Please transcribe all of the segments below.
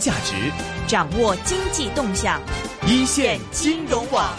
价值，掌握经济动向，一线金融网。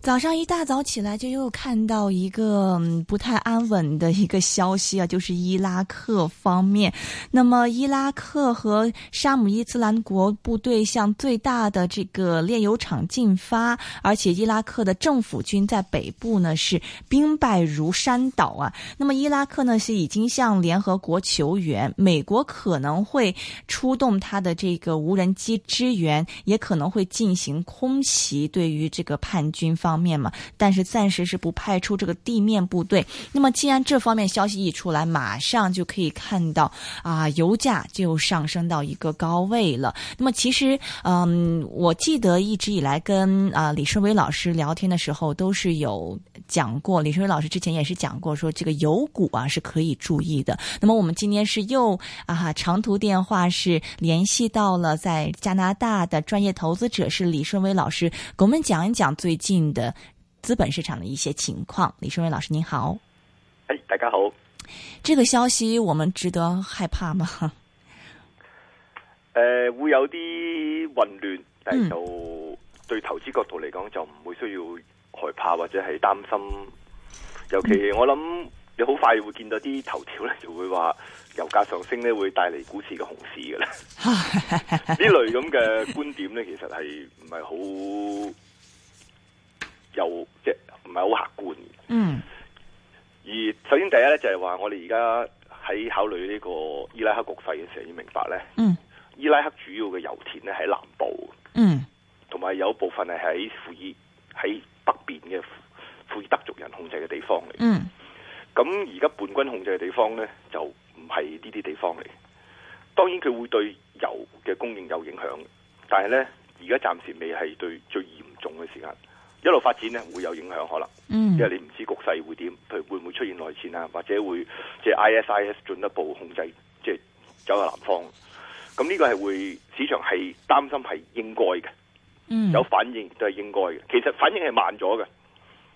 早上一大早起来就又看到一个嗯不太安稳的一个消息啊，就是伊拉克方面。那么，伊拉克和沙姆伊斯兰国部队向最大的这个炼油厂进发，而且伊拉克的政府军在北部呢是兵败如山倒啊。那么，伊拉克呢是已经向联合国求援，美国可能会出动它的这个无人机支援，也可能会进行空袭对于这个叛军方。方面嘛，但是暂时是不派出这个地面部队。那么，既然这方面消息一出来，马上就可以看到啊、油价就上升到一个高位了。那么，其实嗯，我记得一直以来跟啊、李顺伟老师聊天的时候，都是有讲过，李顺伟老师之前也是讲过说，这个油股啊是可以注意的。那么，我们今天是又啊哈长途电话是联系到了在加拿大的专业投资者是李顺伟老师，给我们讲一讲最近的资本市场的一些情况。李顺伟老师您好，哎，大家好。这个消息我们值得害怕吗？诶、會呃有啲混亂，但嗯係就對投資角度嚟講，就唔會需要害怕或者係擔心。尤其嗯我諗，你好快會見到啲頭條咧，就會話油價上升咧，會帶嚟股市嘅熊市嘅啦。 呢類咁嘅觀點咧，其實係唔係好有即係唔係好客觀嘅。嗯而首先第一咧，就係話我哋而家喺考慮呢個伊拉克局勢嘅時候，要明白咧。嗯伊拉克主要嘅油田咧喺南部，嗯同埋有部分係喺庫爾喺北邊嘅庫庫爾德族人控制嘅地方嚟。嗯咁而家叛軍控制嘅地方呢，就唔係呢啲地方嚟。當然佢會對油嘅供應有影響，但係呢，而家暫時未係對最嚴重嘅時間。一路發展呢，會有影響可能，因嗯為你唔知局勢會點，譬如會唔會出現內戰啊，或者會即係 ISIS 進一步控制，即係走向南方。咁呢個係會市場係擔心係應該嘅，嗯有反應都係應該嘅。其實反應係慢咗嘅，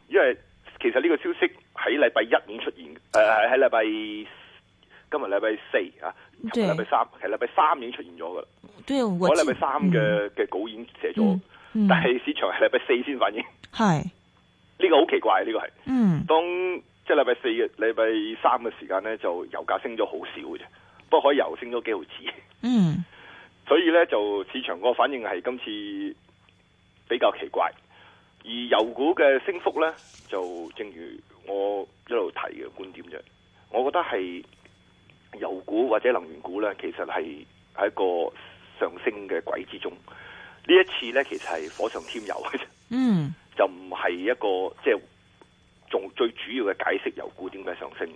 因為其實呢個消息喺禮拜一已經出現嘅，誒喺禮拜今日禮拜四啊，琴日禮拜三係禮拜三已經出現咗㗎啦。对我我记禮拜三嘅嘅稿已經寫咗，嗯但係市場係禮拜四先反應，呢、嗨個好奇怪，呢、個係。嗯當即係禮拜四嘅、禮拜三嘅時間呢，就油價升咗好少嘅啫，不過可以油升咗幾毫子，嗯所以呢，就市場個反應係今次比較奇怪。而油股嘅升幅呢，就正如我一路提嘅觀點啫，我覺得係油股或者能源股呢，其實係喺一個上升嘅軌之中。呢一次呢，其實係火上添油嘅啫。嗯就唔係一個即係仲最主要嘅解釋油股點解上升。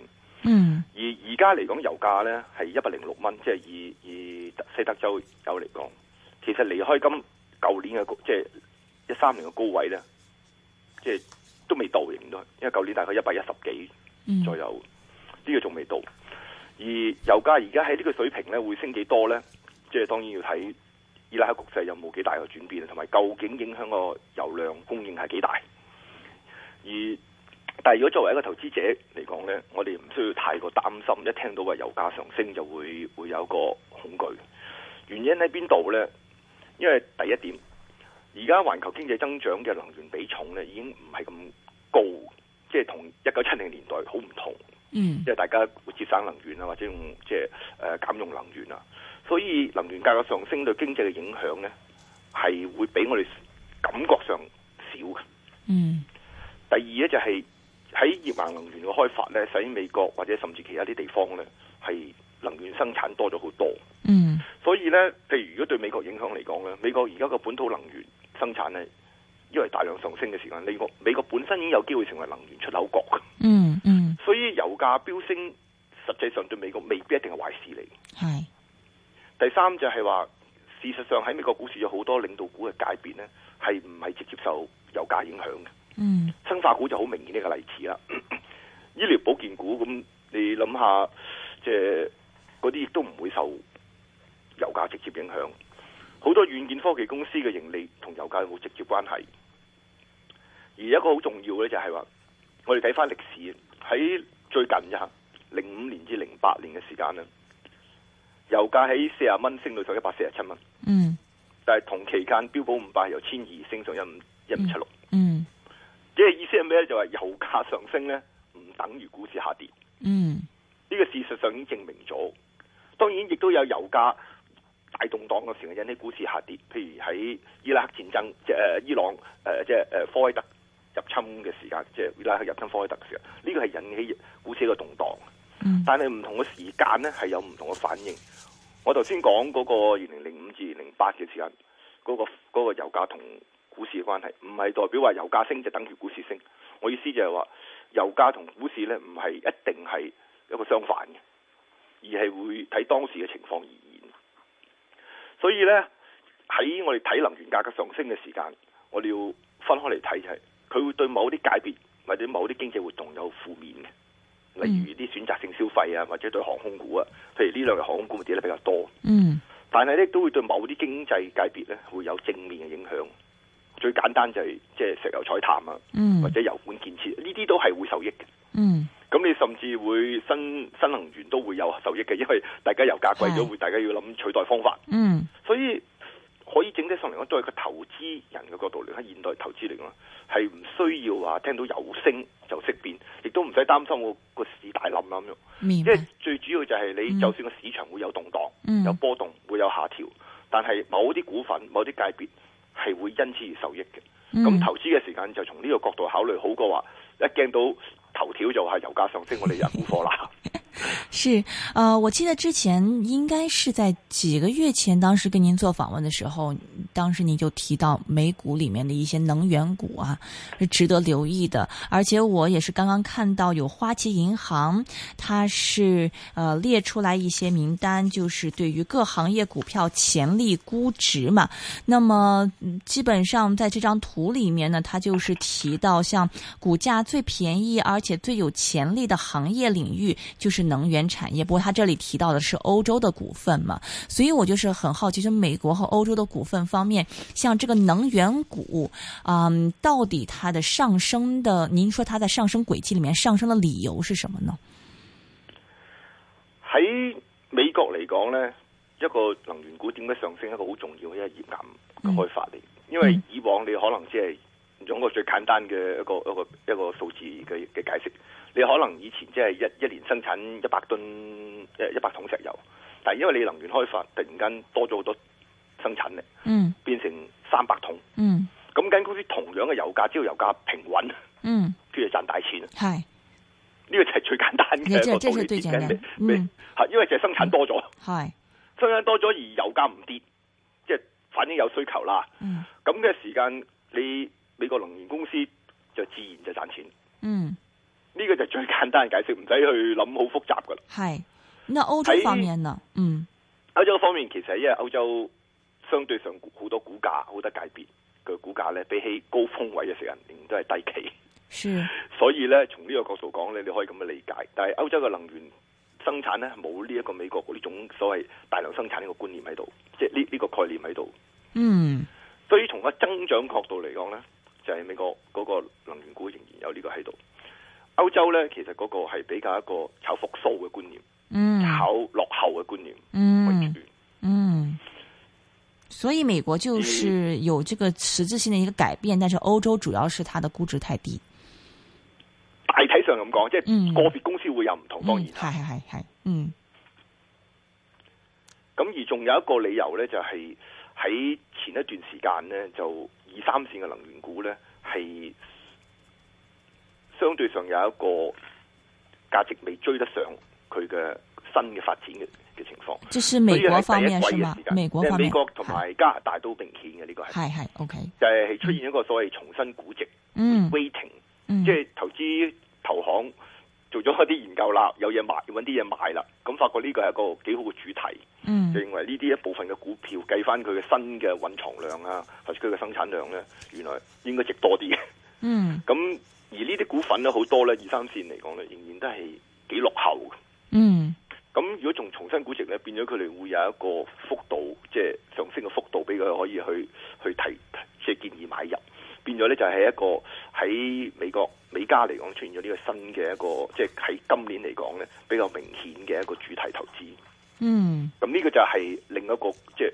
嗯而而家嚟講，油價呢係一百零六蚊，即係以以西德州油嚟講，其實離開今舊年嘅高即係一三年嘅高位呢，即係都未到應該，因為舊年大概一百一十幾嗯左右，呢、個仲未到。而油價而家喺呢個水平呢，會升幾多呢？即係當然要睇伊拉克局勢有冇幾大嘅轉變，同埋究竟影響個油量供應係幾大。而但係如果作為一個投資者嚟講呢，我哋唔需要太過擔心，一聽到話油價上升就會會有一個恐懼。原因喺邊度呢？因為第一點，而家環球經濟增長嘅能源比重呢已經唔係咁高，即係同一九七零年代好唔同。嗯即係大家會節省能源啊，或者用即係誒減用能源啊，所以能源價格上升對經濟嘅影響呢，係會比我哋感覺上少嘅。嗯第二呢，就係喺頁岩能源嘅開發呢，使美國或者甚至其他啲地方呢，係能源生產多咗好多，嗯所以呢，譬如如果對美國影響嚟講呢，美國而家個本土能源生產呢，因為大量上升嘅時間，美國美國本身已經有機會成為能源出口國。嗯嗯所以油價飆升，實際上對美國未必一定係壞事嚟。嗨第三就係話，事實上喺美國股市有好多領導股嘅界別呢，係唔係直接受油價影響嘅？嗯生化股就好明顯呢個例子啦。 醫療保健股咁，你諗下，即係嗰啲亦都唔會受油價直接影響。好多軟件科技公司嘅盈利同油價有冇直接關係。而一個好重要嘅就係話，我哋睇翻歷史喺最近啫，零五年至零八年嘅時間咧，油價喺四十蚊升到上一百四十七蚊，嗯但係同期間標普五百由千二升上一五一五七六，嗯即係意思係咩咧？就係、油價上升咧，唔等於股市下跌，嗯呢、個事實上已經證明咗。當然亦都有油價大動盪嘅時候引起股市下跌，譬如喺伊拉克戰爭，即係呃伊朗誒、呃即係誒科威特入侵嘅時間，即係伊拉克入侵科威特嘅時候，呢、個係引起股市一個動盪。嗯但係唔同嘅時間呢，係有唔同嘅反應。我頭先講嗰個二零零五至二零八嘅時間，嗰、個嗰個油價同股市嘅關係，唔係代表話油價升就等於股市升。我意思就係話，油價同股市呢，唔係一定係一個相反嘅，而係會睇當時嘅情況而言。所以呢，喺我哋睇能源價格上升嘅時間，我哋要分開嚟睇就係、佢會對某啲界別或者某啲經濟活動有負面嘅。例如啲選擇性消費啊，或者對航空股啊，譬如呢兩日航空股跌得比較多，嗯但係咧都會對某啲經濟界別咧會有正面嘅影響。最簡單就係即係石油採探啊，嗯或者油管建設，呢啲都係會受益嘅。嗯咁你甚至會新新能源都會有受益嘅，因為大家油價貴咗，係會大家要諗取代方法。嗯所以可以整體上嚟講，都係個投資人嘅角度嚟，喺現代投資嚟講，係唔需要話聽到油升就識變，亦都唔使擔心個個市大冧啦咁樣。明即白係最主要就係你，嗯就算個市場會有動盪、嗯有波動、會有下調，但係某啲股份、某啲界別係會因此而受益嘅。咁、嗯投資嘅時間就從呢個角度考慮，好過話一驚到頭條就係油價上升，我哋入沽貨啦。是，呃，我记得之前应该是在几个月前，当时跟您做访问的时候，当时您就提到美股里面的一些能源股啊，是值得留意的。而且我也是刚刚看到有花旗银行，它是呃列出来一些名单，就是对于各行业股票潜力估值嘛。那么嗯基本上在这张图里面呢，它就是提到像股价最便宜而且最有潜力的行业领域就是能源产业。不过它这里提到的是欧洲的股份嘛，所以我就是很好奇，就美国和欧洲的股份方面，像这个能源股，嗯，到底它的上升的，您说它在上升轨迹里面上升的理由是什么呢？喺美國嚟講呢，一個能源股點解上升一個好重要嘅一個頁岩嘅開發嚟，因為以往你可能只係用一個最簡單嘅一個一個一個數字嘅嘅解釋，你可能以前即係一一年生產一百噸一一百桶石油，但係因為你能源開發突然間多咗好多生產力，嗯變成三百桶，嗯咁間公司同樣嘅油價，只要油價平穩，嗯，佢就賺大錢。嗨，呢個就係最簡單嘅一個道這是理，最簡單點解你你嗯係因為就係生產多咗。嗨，增產多咗而油價唔跌，即係反映有需求啦。嗯咁嘅時間，你美國能源公司就自然就賺錢。嗯，呢、個就最簡單嘅解釋，唔使去諗好複雜噶啦。嗨。那欧洲方面呢？嗯歐洲方面其實係因為歐洲相對上好多股價好多界別嘅股價咧，比起高峰位嘅時間，仍然都係低企。是，所以咧，從呢個角度講咧，你可以咁樣理解。但係歐洲嘅能源生產咧，冇呢一個美國呢種所謂大量生產呢個觀念喺度，即係呢呢個概念喺度。嗯所以從個增長角度嚟講呢，就係、美國嗰個能源股仍然有呢個喺度。歐洲呢，其實嗰個係比較一個炒復甦嘅觀念，嗯，炒落後嘅觀念為嗯主。嗯，所以美国就是有这个实质性的一个改变，但是欧洲主要是它的估值太低。大體上咁講，即嗯係個別公司會有唔同，當然嗯，嗨嗨嗨嗨，嗯咁而仲有一個理由呢，就係、喺前一段時間呢，就二三線嘅能源股呢，係相對上有一個價值未追得上佢嘅新嘅發展嘅嘅情況。这是美国方面所以是係第一季嘅吗時？間美国即係方啊美面，國同埋加拿大都明顯嘅呢、個係，嗨嗨，OK，就係、出現一個所謂重新估值嗯 waiting，、嗯即係投資投行做咗一啲研究啦，有嘢賣，揾啲嘢賣啦，咁發覺呢個係一個幾好嘅主題，嗯就認為呢啲一部分嘅股票計翻佢嘅新嘅蘊藏量啊，或者佢嘅生產量咧，原來應該值多啲嘅。 嗯咁而呢啲股份咧好多咧，二三線嚟講咧，仍然都係幾落後嘅。嗯咁如果仲重新估值咧，變咗佢哋會有一個幅度，即係上升嘅幅度，俾佢可以去去提，即係建議買入。變咗咧就係一個喺美國美加嚟講出現咗呢個新嘅一個，即係喺今年嚟講咧比較明顯嘅一個主題投資。嗯咁呢個就係另一個即係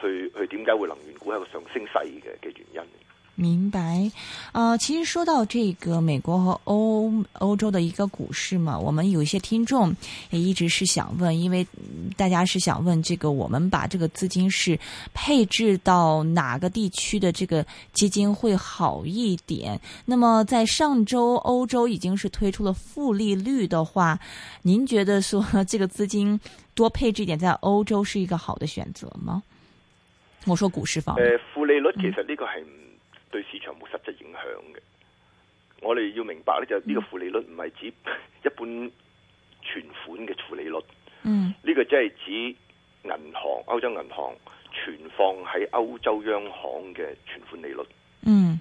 去去點解會能源股係一個上升勢嘅嘅原因。明白，呃，其实说到这个美国和欧欧洲的一个股市嘛，我们有一些听众也一直是想问，因为嗯大家是想问这个，我们把这个资金是配置到哪个地区的这个基金会好一点？那么在上周欧洲已经是推出了负利率的话，您觉得说这个资金多配置一点在欧洲是一个好的选择吗？我说股市方面，誒、負利率其實呢個係唔對市場冇實質影響嘅。我哋要明白咧，就呢個負利率唔係指 一般存款嘅負利率，嗯呢、個即係指銀行歐洲銀行存放喺歐洲央行嘅存款利率。嗯，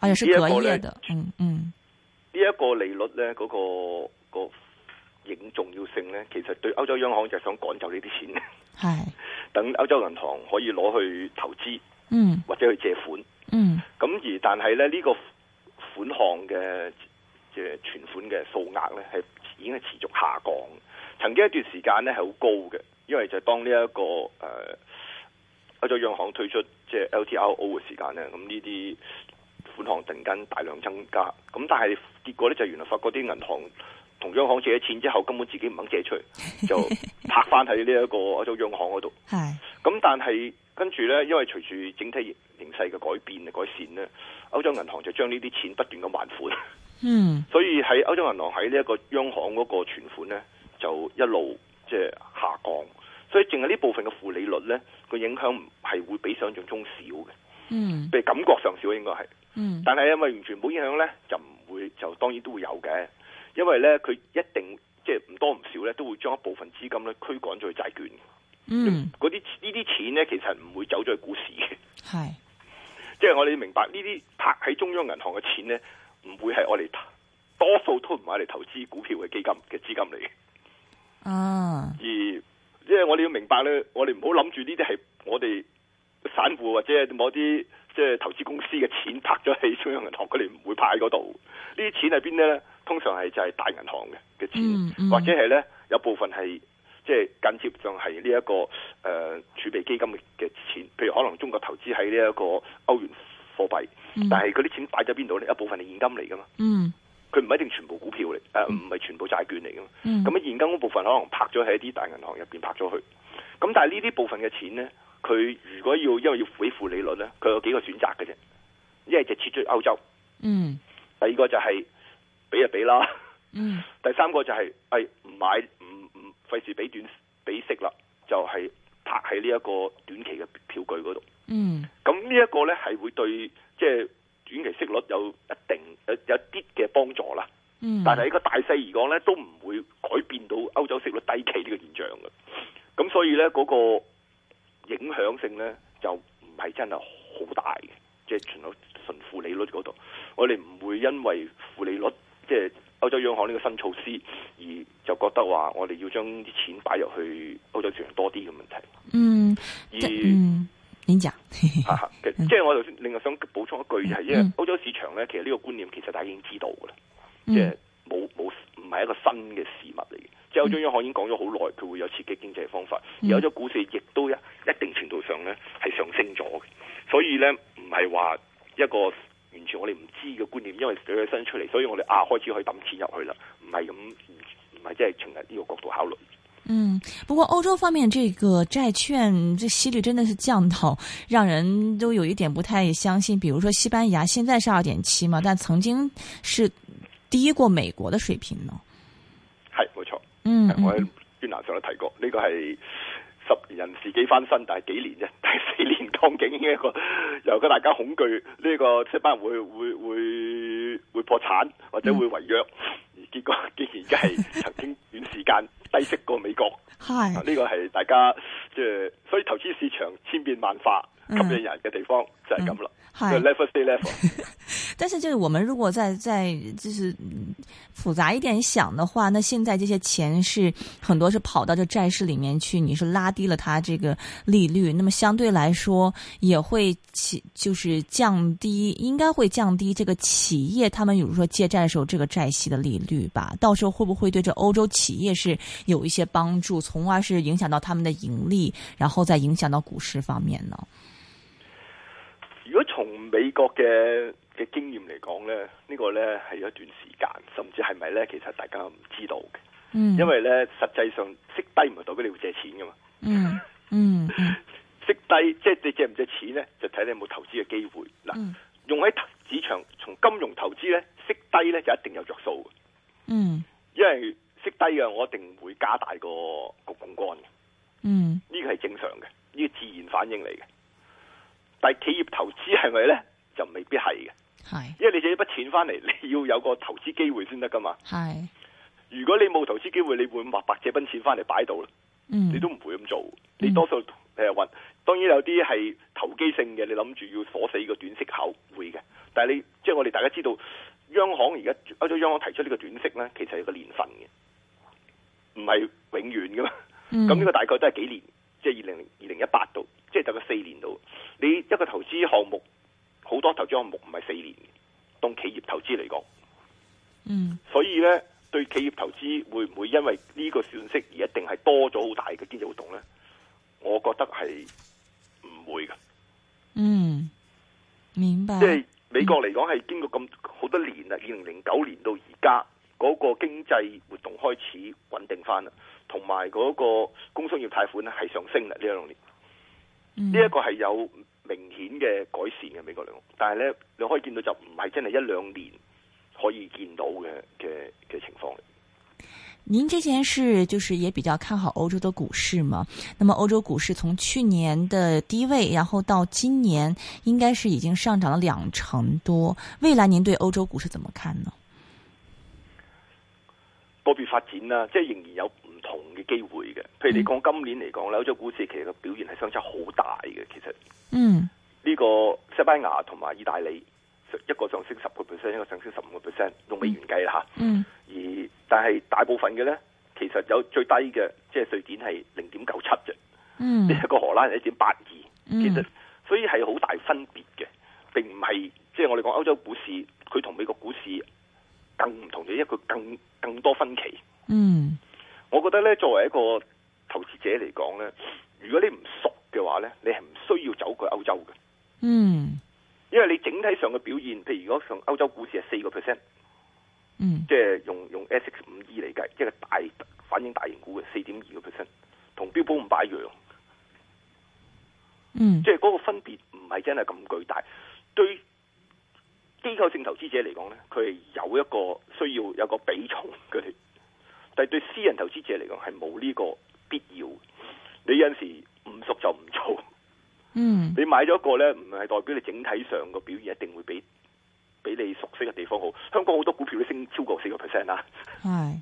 而且是第一隔個夜呢的，嗯嗯呢一個利率呢，嗰、個、個影重要性呢，其實對歐洲央行就係想趕走呢啲錢，係，等歐洲銀行可以攞去投資嗯或者去借款。嗯咁而但係咧，呢、個款項嘅即係存款嘅數額咧，係已經係持續下降。曾經一段時間咧係好高嘅，因為就當呢、一個誒、呃、歐洲央行推出即係 LTRO 嘅時間咧，咁呢啲款項突然間大量增加。咁但係結果咧就原來發覺啲銀行同央行借咗錢之後，根本自己唔肯借出去，就拍翻喺呢一個歐洲央行嗰度。係，咁但係跟住呢，因為隨住整體形勢嘅改變改善呢，歐洲銀行就將呢啲錢不斷咁還款， 嗯所以喺歐洲銀行喺呢一個央行嗰個存款呢，就一路即係下降，所以淨係呢部分嘅負利率呢，個影響唔係會比想象中少嘅，嗯譬如感覺上少應該係，嗯但係因為完全冇影響呢，就唔會就當然都會有嘅，因為呢，佢一定即係唔多唔少呢，都會將一部分資金呢驅趕咗去債券。嗯嗰啲呢啲錢呢，其實唔會走咗去股市嘅， 係，即係我哋明白呢啲拍喺中央銀行嘅錢呢，唔會係我哋投多數都唔係嚟投資股票嘅基金嘅資金嚟嘅。啊而即係我哋要明白呢，我哋唔好諗住呢啲係我哋散戶或者係某啲即係投資公司嘅錢拍咗喺中央銀行，佢哋唔會派喺嗰度。呢啲錢係邊啲呢？通常係就係大銀行嘅嘅錢，嗯嗯或者係呢有部分係即係間接上係呢一個誒、呃、儲備基金嘅嘅錢，譬如可能中國投資喺呢一個歐元貨幣，嗯但係嗰啲錢擺咗邊度呢？一部分係現金嚟噶嘛，嗯佢唔一定全部股票嚟，誒唔係全部債券嚟噶嘛。嗯咁喺啊現金嗰部分可能拍咗喺一啲大銀行入邊拍咗去，咁但係呢啲部分嘅錢呢，佢如果要因為要俾負利率呢，佢有幾個選擇嘅啫，一係就撤出歐洲，嗯第二個就係俾就俾啦，嗯第三個就係誒唔買唔唔費事俾短俾息啦，就係、拍喺呢一個短期嘅票據嗰度，嗯咁呢一個呢，係會對即係短期息率有一定有有啲嘅幫助啦。嗯，但係呢個大勢而講呢，都唔會改變到歐洲息率低企呢個現象嘅。咁所以呢，嗰、個影響性呢，就唔係真係好大嘅，即係純純負利率嗰度，我哋唔會因為負利率即係歐洲央行呢個新措施而就覺得話我哋要將啲錢擺入去歐洲市場多啲嘅問題。嗯而这嗯，您講，嘿嘿啊嘅即係我頭先另外想補充一句就係，因為嗯歐洲市場呢，其實呢個觀念其實大家已經知道㗎啦。即係嗯冇冇唔係一個新嘅事物嚟嘅。即係歐洲央行已經講咗好耐，佢會有刺激經濟嘅方法，而嗯歐洲股市亦都一一定程度上咧係上升咗嘅。所以咧唔係話一個完全我哋唔知嘅觀念，因為佢新出嚟，所以我哋啊開始可以抌錢入去啦，唔係咁唔唔係即係從呢個角度考慮。嗯，不過歐洲方面，這個債券這息率真的是降到讓人都有一點不太相信。比如說西班牙現在是二點七嘛，但曾經是低過美國的水平呢。係冇錯，嗯，嗯我喺專欄上都提過，呢、個係。十年人事幾翻身，但係幾 年啫，但係四年光景呢一個由個大家恐懼呢、個西班牙會會會會破產或嗯者會違約，而結果 竟然而家係曾經短時間低息過美國，啊嗨呢、個係大家即係所以投資市場千變萬化，吸嗯引人嘅地方就係咁啦，係就 level stay level。但是就是我们如果在在就是嗯复杂一点想的话，那现在这些钱是很多是跑到这债市里面去，你是拉低了它这个利率，那么相对来说也会起就是降低，应该会降低这个企业他们比如说借债的时候这个债息的利率吧，到时候会不会对这欧洲企业是有一些帮助，从而是影响到他们的盈利，然后再影响到股市方面呢？如果從美國嘅嘅經驗嚟講呢，呢、個呢係一段時間，甚至係咪呢？其實大家唔知道嘅，嗯，因為呢實際上息低唔係代表你會借錢噶嘛，嗯嗯嗯息低即係你借唔借錢呢，就睇你有冇投資嘅機會。嗱，嗯用喺投市場從金融投資呢，息低呢就一定有着數嘅，嗯因為息低嘅我一定會加大個個槓桿嘅。嗯呢個係正常嘅，呢個自然反應嚟嘅。但係企業投資係咪呢？就未必係嘅，係因為你借一筆錢翻嚟， 你要有個投資機會先得噶嘛。係如果你冇投資機會，你會白白借筆錢翻嚟擺度啦，嗯，你都唔會咁做。你多數誒運，當然有啲係投機性嘅，你諗住要鎖死個短息口會嘅。但係你即係我哋大家知道，央行而家歐洲央行提出呢個短息呢，其實係有個年份嘅，唔係永遠噶嘛。嗯咁呢個大概都係幾年，即係二零二零一八度，即係大概四年度。你一個投資項目，好多投資項目唔係四年嘅，當企業投資嚟講，嗯所以呢，對企業投資會唔會因為呢個損息而一定係多咗好大嘅經濟活動呢？我覺得係唔會嘅，嗯，明白即，係美國嚟講係經過咁好多年啦，二零零九年到而家。嗰個經濟活動開始穩定翻啦，同埋嗰個工商業貸款咧係上升啦呢一兩年。呢呢一個係有明顯嘅改善嘅美國嚟講，但係呢，你可以見到就唔係真係一兩年可以見到嘅嘅嘅情況嚟。您之前是就是也比较看好欧洲的股市嘛？那么欧洲股市从去年的低位，然后到今年，应该是已经上涨了两成多。未来您对欧洲股市怎么看呢？個別發展啦，即係仍然有唔同嘅機會嘅。譬如嗯你講今年嚟講咧，歐洲股市其實個表現係相差好大嘅。其實嗯呢個西班牙同埋意大利一個上升十個 percent，一個上升十五個 percent，用美元計啦嚇。嗯而但係大部分嘅呢，其實有最低嘅，即係瑞典係零點九七啫。嗯呢一個荷蘭係一點八二，嗯其實所以係好大分別嘅，並唔係即係我哋講歐洲股市，佢同美國股市更唔同嘅，因為佢更更多分歧。嗯我覺得咧，作為一個投資者嚟講咧，如果你唔熟嘅話咧，你係唔需要走過歐洲嘅，嗯因為你整體上嘅表現，譬如如果上歐洲股市係四個 percent，嗯即係用用 S X 五 E 嚟計，即係個大反映大型股嘅四點二個 percent，同標普五百一樣。嗯即係嗰個分別唔係真係咁巨大。對機構性投資者嚟講呢，佢係有一個需要有個比重佢哋，但係對私人投資者嚟講係冇呢個必要。你有陣時唔熟就唔做， 嗯你買咗一個呢，唔係代表你整體上個表現一定會比比你熟悉嘅地方好。香港好多股票都升超過四個 percent 啦，係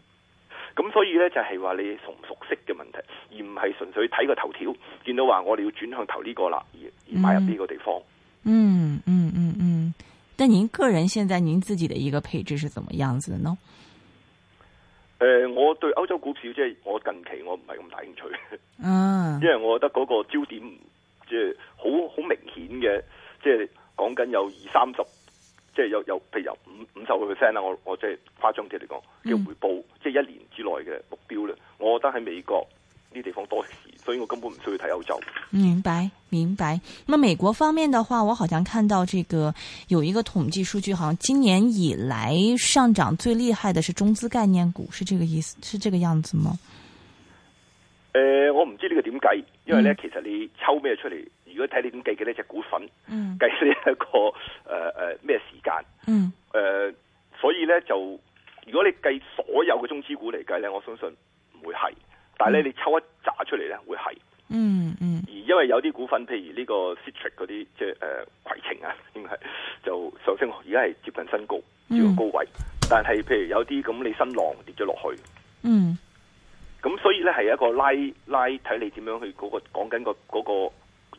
咁所以呢，就係話你熟唔熟悉嘅問題，而唔係純粹睇個頭條，見到話我哋要轉向投呢個啦，而而買入呢個地方。嗯嗯嗯嗯。但您个人现在您自己的一个配置是怎么样子的呢？誒、呃我對歐洲股票即係我近期我唔係咁大興趣，嗯因為我覺得嗰個焦點唔即係好好明顯嘅，即係講緊有二三十，即係有有譬如有五五十個 percent 啦，我我即係誇張啲嚟講嗯嘅回報，即係一年之內嘅目標咧，我覺得喺美國呢地方多事，所以我根本唔需要睇歐洲。明白，明白。那么美国方面的话，我好像看到这个有一个统计数据，好像今年以来上涨最厉害的是中资概念股，是这个意思，是这个样子吗？誒、呃我唔知呢個點計，因為咧嗯其實你抽咩出嚟，如果睇你點計嘅呢隻股份，嗯計呢一個誒誒咩時間。嗯誒、呃所以咧就如果你計所有嘅中資股嚟計咧，我相信唔會係，但係咧你抽一紮出嚟咧會係，嗯嗯而因為有啲股份譬如呢個 Citric 嗰啲，即係誒攜程啊，應該係就上升，而家係接近新高，接近高位，但係譬如有啲咁你新浪跌咗落去。嗯咁所以咧係一個拉拉睇你點樣去嗰、個講緊個嗰個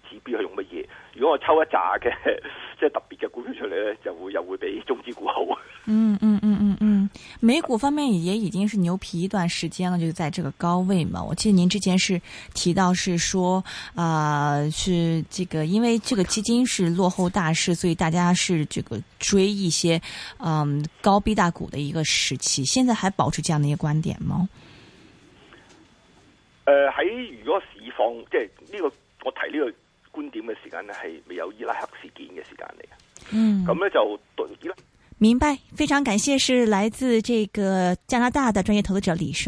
指標係用乜嘢。如果我抽一扎嘅 即係特別嘅股票出嚟咧，就會又會比中資股好。嗯嗯嗯嗯嗯，美股方面也已经是牛皮一段时间了，就在这个高位嘛。我记得您之前是提到是说啊、是这个因为这个基金是落后大市，所以大家是这个追一些嗯高逼大股的一个时期。现在还保持这样的一个观点吗？誒呃喺、如果市況即係呢、個我提呢個觀點嘅時間咧，係未有伊拉克事件嘅時間嚟嘅。嗯咁咧就對伊拉明白。非常感谢，是来自这个加拿大的专业投资者李胜。